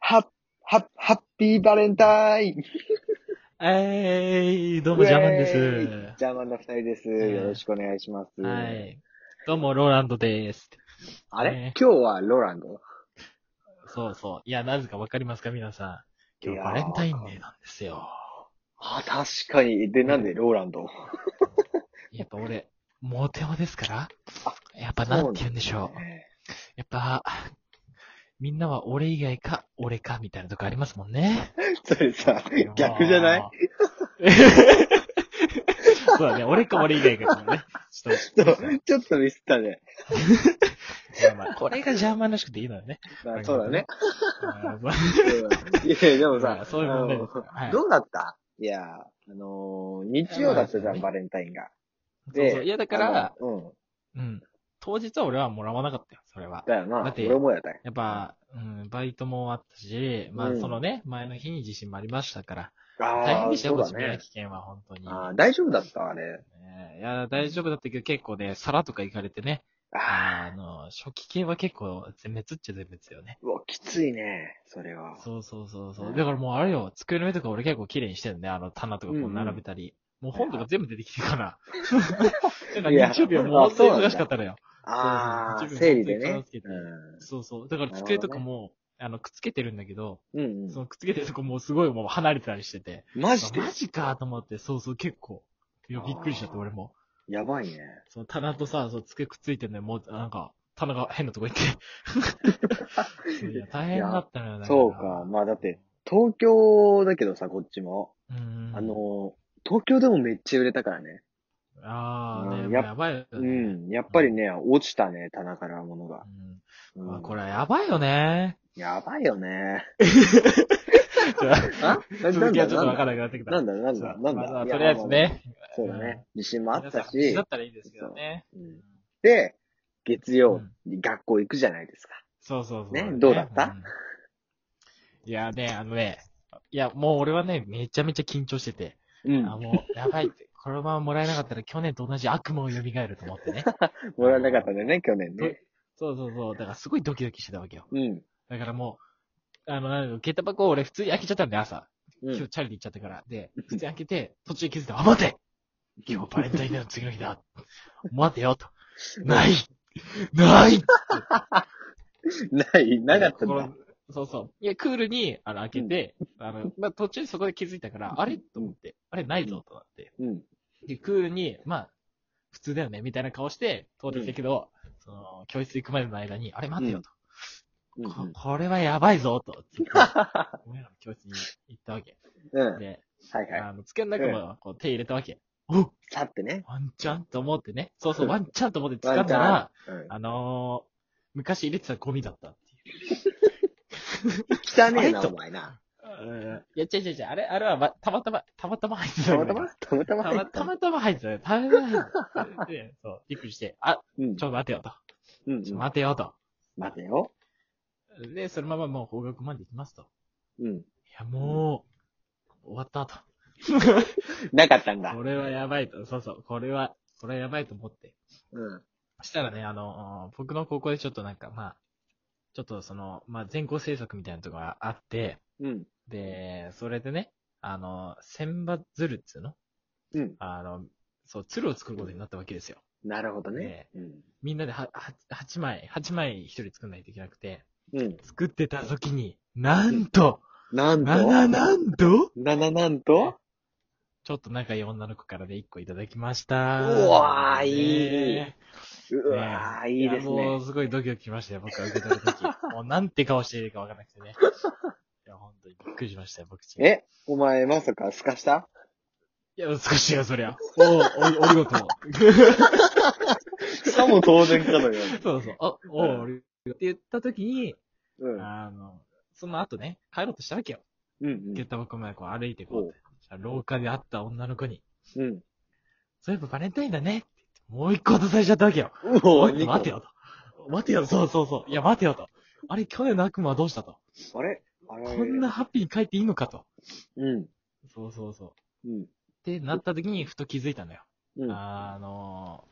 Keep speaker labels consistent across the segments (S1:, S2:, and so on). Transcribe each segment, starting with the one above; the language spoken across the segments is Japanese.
S1: ハッ、ハッ、ハッピーバレンタイン
S2: えい、どうもジャーマンで
S1: ウェーイ
S2: す。
S1: ジャーマンの二人です。
S2: えー
S1: よろしくお願いします。
S2: はい。どうも、ローランドです。
S1: あれ、
S2: ね
S1: 今日はロランド
S2: そうそう。いや、なぜかわかりますか、皆さん。今
S1: い
S2: 日
S1: やー
S2: バレンタインデーなんですよ。
S1: あ、確かに。で、なんでローランド
S2: やっぱ俺、モテ男ですから。やっぱなんて言うんでしょう。やっぱ、みんなは俺以外か、俺か、みたいなとこありますもん ね。
S1: それさ、逆じゃない
S2: あー そうだね、俺か俺以外かだもんね。ちょっ
S1: そ
S2: と
S1: う、ちょっとミスったね。
S2: まあまあこれがジャーマンらしくていいのよね。
S1: まあ、そうだね。
S2: あー。
S1: いやいや、でも
S2: ま
S1: さ
S2: あ、そういう問題ですから
S1: あの
S2: はい
S1: どうだったいや、あのー日曜だったじゃん、バレンタインが。
S2: そうそう。いや、だから、
S1: あのうん。
S2: うん。当日は俺はもらわなかったよ、それは。
S1: だよな。
S2: だって
S1: 俺もやったよ
S2: やっぱ、うん、バイトもあったし、ま
S1: う
S2: あ、
S1: ん
S2: そのね、前の日に地震もありましたから、
S1: あ
S2: 大変でしたよ、
S1: そう
S2: こっち
S1: だ
S2: もね、
S1: ね。
S2: 危険は、本当に。
S1: あー大丈夫だったあれ。
S2: ねいや、大丈夫だったけど、結構ね、皿とか行かれてね、
S1: ああ、
S2: あの、初期系は結構、全滅っちゃ全滅よね。
S1: うわ、きついね、それは。
S2: そうそうそうそうう。
S1: ん
S2: だからもうあれよ、机の上とか俺結構綺麗にしてるね、あの、棚とかこう並べたり。もう本とか全部出てきてるから。 だか
S1: いや
S2: ら日曜日はもう本当に
S1: あそうなんだ
S2: 忙しかったのよ。
S1: あ
S2: そう
S1: あ、
S2: そう
S1: 整理でね。
S2: そうそう。だから机とかも、あの、くっつけてるんだけど、
S1: うん。うん
S2: そうのくっつけてるとこもうすごいもう離れてたりしてて。
S1: ん。マジで
S2: あマジかと思って、そうそう、結構。いや、
S1: あー
S2: びっくりしちゃって、俺も。
S1: やばいね。
S2: その棚とさ、そう机くっついてんのよ、もう、なんか、棚が変なとこ行って。そういや大変だったのよ、だら
S1: そうか。。まあだって、東京だけどさ、こっちも。
S2: うん。
S1: あ、の、東京でもめっちゃ売れたからね。
S2: ああ、
S1: う
S2: ね、
S1: んや
S2: や
S1: っ
S2: やばいよね。
S1: う
S2: うん
S1: ん。やっぱりね、落ちたね、棚から物が。
S2: う。
S1: うんん
S2: あこれやばいよね。
S1: やばいよね。
S2: じゃあ
S1: あ
S2: 続きはちょっとわ
S1: な
S2: か
S1: んだ
S2: らなくなってきた。
S1: なんだなん
S2: そう
S1: だなん
S2: まあま
S1: だ
S2: あ
S1: いや
S2: とりあえずね。
S1: そうだね。地震もあっ
S2: 皆
S1: た
S2: さん無事
S1: し
S2: だ。ったらいいですけどね。
S1: うんで、月曜、学校行くじゃないですか。
S2: そうそうそう。
S1: ねどうだった
S2: んいやね、あのね、いや、もう俺はね、めちゃめちゃ緊張してて、
S1: うん
S2: あ、もう、やばいって、このままもらえなかったら去年と同じ悪夢を蘇ると 思ってね。
S1: もらえなかったんだよね、去年ね。
S2: そうそうそう、だからすごいドキドキしてたわけよ。
S1: うん。
S2: だからもう、あの、なんだろう、下駄箱を俺普通に開けちゃったんで、朝。
S1: う
S2: 今日
S1: ん。
S2: チャリで行っちゃったから。で、普通に開けて、途中で気づいた、あ、待て今日バレンタインデーの次の日だ。待てよ、と。ないない
S1: ない、なかったん
S2: こ
S1: だ
S2: の。そうそう。いや、クールに、あの、開けて、あの、まあ、途中そこで気づいたから、あれと思って、あれないぞとなって。
S1: うん。
S2: で、クールに、まあ、普通だよね、みたいな顔して、通ってきたけど、その、教室行くまでの間に、あれ待てよと。
S1: うんう
S2: こ
S1: ん。
S2: これはやばいぞ、と。つってお前らの教室に行ったわけ。
S1: うん。はい
S2: で、
S1: はい。
S2: あの、机の中も、こう、手入れたわけ。お
S1: さってね。
S2: ワンチャンと思ってね。そうそう、
S1: うん
S2: ワンチャンと思って
S1: ワ
S2: 掴
S1: ン
S2: ん
S1: チャ
S2: だら
S1: ン、。うん。
S2: あのー昔入れてたゴミだったっていう。
S1: 汚ねえ
S2: あ
S1: な、
S2: れと
S1: お前な。
S2: うんいや、違う違う違う。あれ、あれは、ま、たまたま、たまたま入ってた
S1: た
S2: ん
S1: ま
S2: だ
S1: た
S2: け
S1: ま
S2: ど
S1: たまたま
S2: たまたまたま入ってたね。たまたま入ってた で。そう、びっくりして、あ、
S1: うん。
S2: ちょっと待てよと。
S1: うんう
S2: ちょっと
S1: ん。
S2: 待てよと。
S1: 待てよ。
S2: で、そのままもう方角まで行きますと。い
S1: うん。
S2: や、もう、終わったと。
S1: なかったんだ
S2: こ。れはやばいと。そうそう、これは、これはやばいと思って。
S1: うん。
S2: したらね、あの、僕の高校でちょっとなんか、まあ、ちょっとその、まあ、全校制作みたいなとこがあって、
S1: うん。
S2: で、それでね、あの、千羽鶴っつうの
S1: うん。
S2: あの、そう、鶴を作ることになったわけですよ。
S1: なるほどね。うん。
S2: みんなでは、は、8枚、8枚一人作んないといけなくて、
S1: うん。
S2: 作ってた時に、なんと、
S1: なんと
S2: なななんと
S1: なななんと
S2: ちょっと仲良い女の子からで1個いただきました。
S1: うわー
S2: ね
S1: いい
S2: ね
S1: うわー、いいです
S2: やも
S1: ね
S2: う。すごいドキドキしましたよ、僕は受け取る とき。もうなんて顔しているかわからなくてね。いや、本当にびっくりしましたよ、僕ち。
S1: えお前まさかすかした
S2: いや、少しよ、そりゃ。おお、お、お 見事。
S1: さも当然かのよ
S2: そうそう、あ、おお、お見事って言ったときに、
S1: うに。
S2: あの、その後ね、帰ろうとしたわけよ。
S1: うん。うん
S2: 下駄箱までこう歩いてこ
S1: おう
S2: う。廊下で会った女の子に、
S1: うん。うん。
S2: そういえばバレンタインだねって言って、もう一個渡されちゃったわけよ。
S1: うお
S2: 待て。よと。待てよ、そうそうそう。いや、待てよと。あれ、去年の悪魔はどうしたと。
S1: 二個あれあれ
S2: こんな。ハッピーに書いていいのかと。
S1: うん。
S2: そうそうそう。っ
S1: うん。
S2: てなった時に、ふと気づいたのよ。
S1: うん。
S2: あの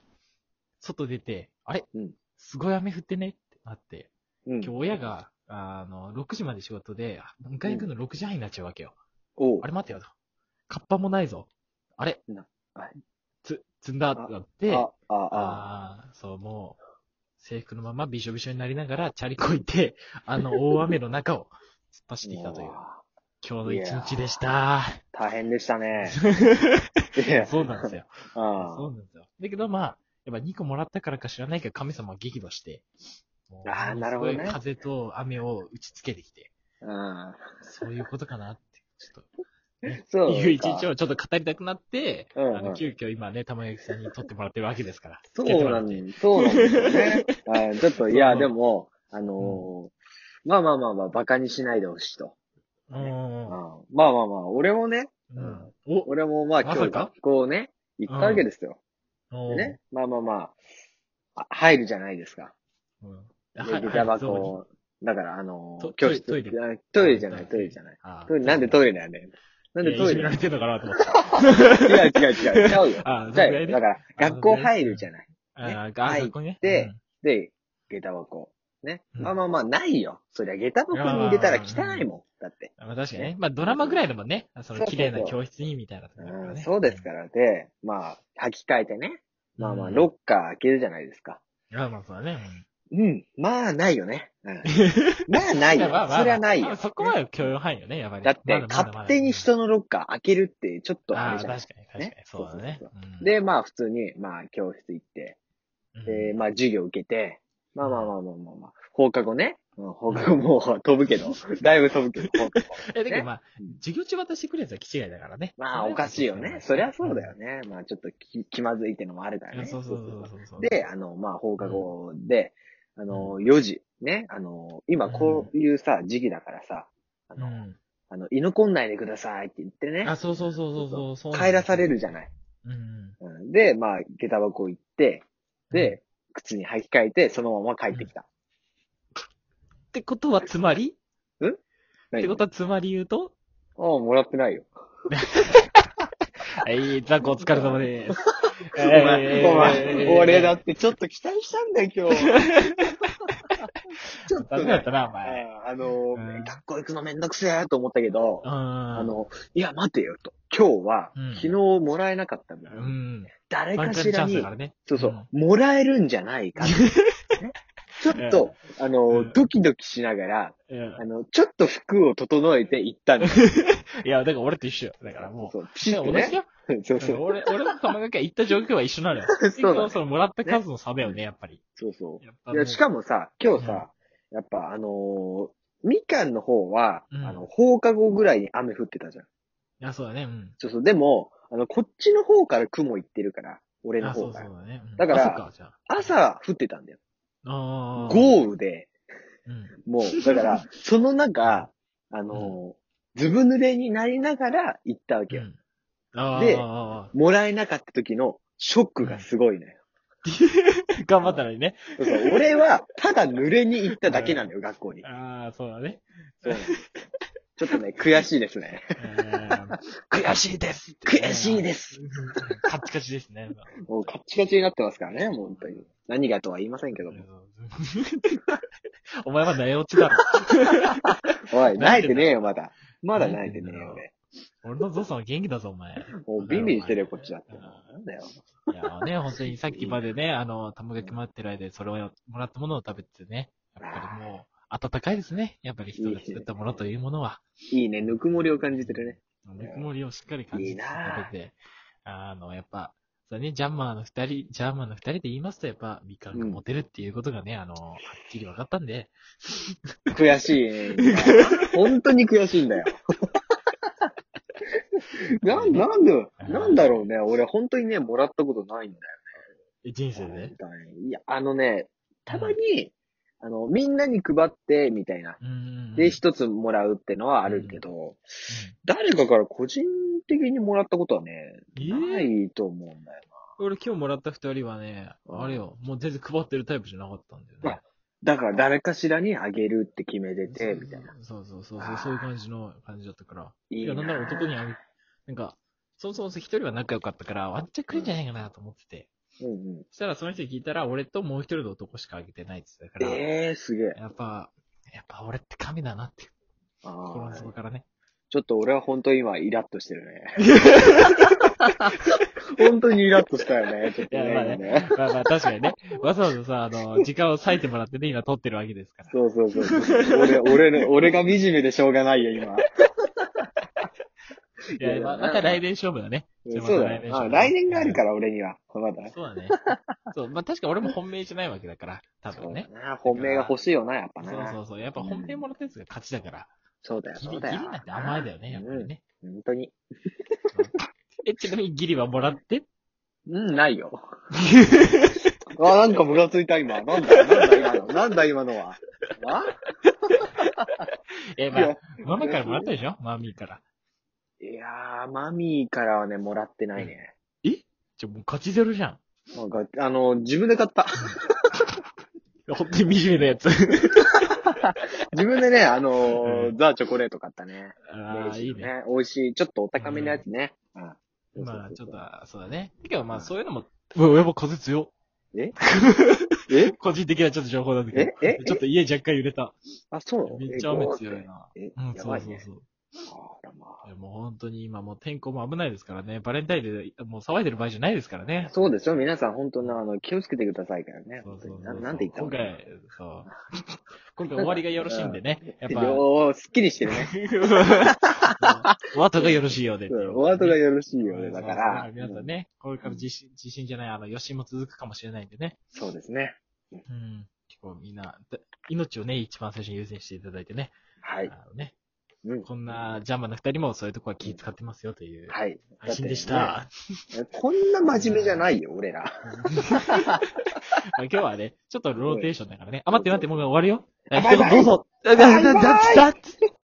S2: ー、外出て、あれ
S1: うん
S2: すごい雨降ってねってなって、
S1: うん
S2: 今日親があの、6時まで仕事で、迎え行くの6時半になっちゃうわけよ。
S1: おう
S2: あれ待てよと。カッパもないぞ。あれ
S1: なはい
S2: つ、積んだってなって、
S1: あ、あ、あ、
S2: ああー、そう、もう、制服のままびしょびしょになりながら、チャリこい て、あの大雨の中を突っ走ってきたという
S1: う、わ
S2: 今日の一日でした。
S1: 大変でした ね。いや、
S2: そうなんですよ。
S1: あ
S2: そうなんですよ。だけどまあ、やっぱ2個もらったからか知らないけど、神様は激怒して、もう
S1: あーなるほどね
S2: すごい風と雨を打ちつけてきて、
S1: あ。
S2: そういうことかなって、ちょっ
S1: うん。そ
S2: と、
S1: う。
S2: いう一日。をちょっと語りたくなって、
S1: うんうん
S2: あの急遽今ね、玉焼きさんに撮ってもらってるわけですから。
S1: そうなん
S2: で。
S1: そうなんですよ ね。はいちょっと、いや、
S2: そう
S1: でも、あのー、まあまあまあまあ、馬鹿にしないでほしいと。
S2: うんうん
S1: うん
S2: うん。
S1: まあまあまあ、俺もね、
S2: うんお
S1: 俺もまあ今
S2: まさ
S1: 日
S2: か
S1: 学校ね、行ったわけですよ。
S2: お
S1: でね、まあまあまあ、あ入るじゃないですか。
S2: うん。
S1: で、
S2: はい
S1: 下駄
S2: はいそう
S1: 箱、だからあの
S2: ト、
S1: 教室、
S2: トイレ
S1: あトイレじゃない、トイレじゃない。
S2: あー
S1: トイレなんでトイレなんだよ。なんで
S2: いや
S1: トイ
S2: いじめ
S1: レ
S2: られてんのかなと思って。
S1: 違う違う違う。違うよ。
S2: あー、
S1: じゃあ、
S2: ぐらいね
S1: だから、学校入るじゃない。ね
S2: あー、が
S1: 入
S2: 学校にね。
S1: ってで、下駄箱。ね。
S2: うん
S1: まあまあまあ、ないよ。そりゃ下駄箱に入れたら汚いもん。だって。
S2: うんまあ確かにね。まあドラマぐらいでもんね、その綺麗な教室にみたいなところだから
S1: うん、
S2: ね。
S1: そうですから。で、まあ、履き替えてね。まあまあ、
S2: うん
S1: ロッカー開けるじゃないですか。
S2: いや、まあそうだね。
S1: うん。まあ、ないよね。うん、 まあ、ないよ。そりゃないよ。
S2: そこは許容範囲よね、やっぱり。
S1: だって、
S2: ままま
S1: 勝手に人のロッカー開けるって、ちょっとあ
S2: あ
S1: れ
S2: あ、
S1: じゃな
S2: 確か
S1: い
S2: に、確かに
S1: ね。
S2: そうだね
S1: そう。
S2: うん
S1: で、まあ、普通に、まあ、教室行って、で、、まあ、授業受けて、まあまあまあまあまあまあ、放課後ね。うん、放課後もう飛ぶけど、だいぶ飛ぶけど、放課後。
S2: え、だけどまあ
S1: うん、
S2: 授業中渡してくるやつは気違いだからね。
S1: まあ、おかしいよね。そりゃそうだよね。まあ、ちょっと気気まずいってのもあるか
S2: い
S1: ら
S2: や。
S1: ね。
S2: そうそうそうそうそう。
S1: で、あの、まあ、放課後で、あの、4時、ね、あの、今こういうさ、時期だからさ、あ
S2: う
S1: の、
S2: ん。
S1: あの、居残んないでくださいって言ってね
S2: あ、、そうそうそうそうそう。
S1: 帰らされるじゃ
S2: い。
S1: ない。
S2: うん。
S1: うんで、まあ、下駄箱行って、で、靴に履き替えて、そのまま帰ってきた。
S2: ってことはつまりっ
S1: 何
S2: てことはつまり言うと
S1: ああ、もらってないよ。
S2: はい、ザコお疲れ様です。お
S1: お前、お前、俺だってちょっと期待したんだよ、今 日。ちょっと
S2: ダメだっ
S1: ね
S2: た、な、お前。
S1: ああの
S2: うん、
S1: 学校行くのめんどくせえと思ったけど、
S2: うん。あ
S1: あ、の、いや、待てよと。今日は、
S2: うん
S1: 昨日もらえなかったんだ。
S2: うん。
S1: 誰
S2: ワン
S1: か
S2: チャ
S1: し
S2: ンチ
S1: ら
S2: ャンス
S1: に、
S2: だからね。
S1: そうそう、もらえるんじゃない かと。ねちょっと、あの、
S2: うん
S1: ドキドキしながら、
S2: うん。うん
S1: あの、ちょっと服を整えて行ったんだよ。
S2: いや、だから俺と一緒よ。だからもう。
S1: そう、ピシッと
S2: 同じ
S1: ね。
S2: よ。
S1: そう
S2: だか
S1: そ
S2: ら
S1: う。
S2: 俺、俺の玉が行った状況は一緒な のよ。
S1: だね
S2: 結構そのもらった数の差だよね、やっぱり。
S1: そうそ
S2: やっぱ
S1: う。
S2: も
S1: いうや、しかもさ、今日さ、やっぱあのーみかんの方は、
S2: うん
S1: あの、放課後ぐらいに雨降ってたじゃん。
S2: いや、そうだね、うん。
S1: そうそう。でも、あの、こっちの方から雲行ってるから、俺の
S2: あ、そ
S1: 方
S2: うそ
S1: か
S2: う
S1: ら。
S2: だね。うん
S1: だから
S2: あそっか、じゃあ。
S1: 朝降ってたんだよ。
S2: あー。
S1: 豪雨で、
S2: うん。
S1: もう、だ から、その中、あの、ずぶ濡れになりながら行ったわけ
S2: う
S1: よ。
S2: ん。あ
S1: で
S2: あ。
S1: もらえなかった時のショックがすごいのよ。
S2: 頑張ったのにね。
S1: そうそう俺は、ただ濡れに行っただけなんだよ、学校に。
S2: ああ、そうだね。
S1: そうちょっとね、悔しいですね。
S2: うん 悔しいですってね
S1: 悔しいです。
S2: うんカチカチです ね。
S1: もうカッチカチになってますからね、もう本当に。何がとは言いませんけども。
S2: お前は寝落ちだろ。
S1: おい、
S2: 泣
S1: 泣
S2: い
S1: い
S2: て
S1: て
S2: んだ
S1: ねえよ、まだ。まだ泣いてねえよ、
S2: 泣
S1: 俺。
S2: 俺のゾウさんは元気だぞ、お前。
S1: もうビンビンしてるよ、こっちだって。なんだよ。
S2: いやーね、本当にさっきまでね、あの、玉が決まってる間でそれをもらったものを食べてね、やっぱりもう、暖かいですね。やっぱり人が作ったものというものは、
S1: いいね、ぬくもりを感じてるね。
S2: ぬくもりをしっかり感じ
S1: いい
S2: て
S1: なー
S2: 食べて、あの、やっぱ、そうね、ジャンマーの二人、ジャンマーの二人で言いますと、やっぱ、みかんがモテるっていうことがね、あの、はっきり分かったんで、
S1: 悔しいね。本当に悔しいんだよ。なん、なんで、なんだろうね。俺本当にね、もらったことないんだ
S2: 人生
S1: よ。
S2: で
S1: 本。当にいや、あのね、たまに、あの、みんなに配って、みたいな。
S2: うんうんうん。
S1: で、一つもらうってのはあるけど、誰かから個人的にもらったことはね、
S2: うんえ
S1: な
S2: え
S1: いと思うんだよ
S2: 俺今日もらった二人はね、あれよ、もう全然配ってるタイプじゃなかったんだよね。
S1: な。だから誰かしらにあげるって決めてて、みたいな。。
S2: そうそうそう
S1: あ
S2: そ
S1: ー
S2: う、そういう感じの感じだったから。
S1: い
S2: い
S1: い
S2: や、
S1: な
S2: なんなら男にあげ、なんか、そもそも一人は仲良かったから、ワンチャンくれんじゃないかなと思ってて。
S1: うんうん。
S2: そしたらその人に聞いたら、俺ともう一人の男しかあげてないって言ってたから。
S1: ええすげえ。
S2: やっぱ、やっぱ俺って神だなっていう、
S1: あ
S2: 心の
S1: ー
S2: 底からね。
S1: ちょっと俺は本当に今イラッとしてる ね。本当にイラッとしたよね。ちょっと
S2: いやまあ
S1: ね。今ね
S2: ねまあまあ確かに ね、わざわざさ、あの、時間を割いてもらってね、今撮ってるわけですから。
S1: そうそうそうそう。 俺、俺の、俺が惨めでしょうがないよ、今。
S2: いや、まあまた来年勝負だね。じゃあまた
S1: そうだ
S2: 来年
S1: ね。
S2: しよう
S1: あ来年があるから、俺には。まだ。
S2: そうだね。そう、まあ確か俺も本命じゃないわけだから、多
S1: そ
S2: 分
S1: うだ
S2: ね。
S1: な。本命が欲しいよな、やっぱ
S2: そ
S1: な。
S2: うそうそう。やっぱ本命もらったやつが勝ちだから。
S1: そうだよ、
S2: ギ
S1: そ
S2: リ、
S1: う
S2: ギ
S1: だ
S2: リ
S1: よ。
S2: なんて甘えだよね、やっぱりね。
S1: うん。本当に。
S2: え、ちなみにギリはもらって
S1: うん、ないよ。 あ、なんかムカついた、今。なんだ、なんだ、今の。なんだ、今のは。わ
S2: え、まあ、ママからもらったでしょマミーから。
S1: いやー、マミーからはね、もらってないね。
S2: ちょ、もう勝ちゼロじゃん。
S1: なんか、あの、自分で買った。
S2: 本当に惨めなやつ。
S1: 自分でね、あの
S2: う
S1: ー、ザ・チョコレート買ったね。
S2: ああ、いいね。。
S1: 美味しい。ちょっとお高めのやつね。うん
S2: まあ、ち
S1: そうそうそ
S2: ょっ。
S1: う
S2: と、そうだね。てか、まあ、そういうのも、うわ、やっぱ風強。
S1: ええ
S2: 個人的なちょっと情報なんだけど。
S1: ええ
S2: ちょっと家若干揺れた。
S1: あ、そうなの
S2: めっちゃ雨強い。な。
S1: え
S2: う、ん、
S1: や
S2: そ
S1: ば
S2: う
S1: い
S2: そう
S1: ね。
S2: そう。
S1: あらま
S2: いやもう本当に今もう天候も危ないですからね。バレンタインでもう騒いでる場合じゃないですから
S1: あ
S2: ね。
S1: そうですよ。皆さん、本当に、あの、気をつけてくださいからね。本当に。ななんて言ったの
S2: 今回、そう。今回終わりがよろしいん でね。やっぱ。
S1: よー、すっきりしてるね。
S2: そうお後がよろしいようでっていう。
S1: お後が
S2: よ
S1: よろしいよね、だか
S2: そ
S1: ら
S2: う。皆さんね、これから地震、地震じゃない、あの、余震も続くかもしれないんでね。
S1: そうですね。
S2: うん。結構みんな、で命をね、一番最初に優先していただいてね。
S1: はい。
S2: あのね、
S1: うん。
S2: こんな邪魔な二人もそういうとこは気使ってますよという
S1: はい。
S2: 配信でした。
S1: だってね。こんな真面目じゃないよ、俺ら。
S2: あ今日はね、ちょっとローテーションだからね。あ、待って待って、もう終わるよ。
S1: バイバイ
S2: どうぞ。だ、だ、だ、だ、だ、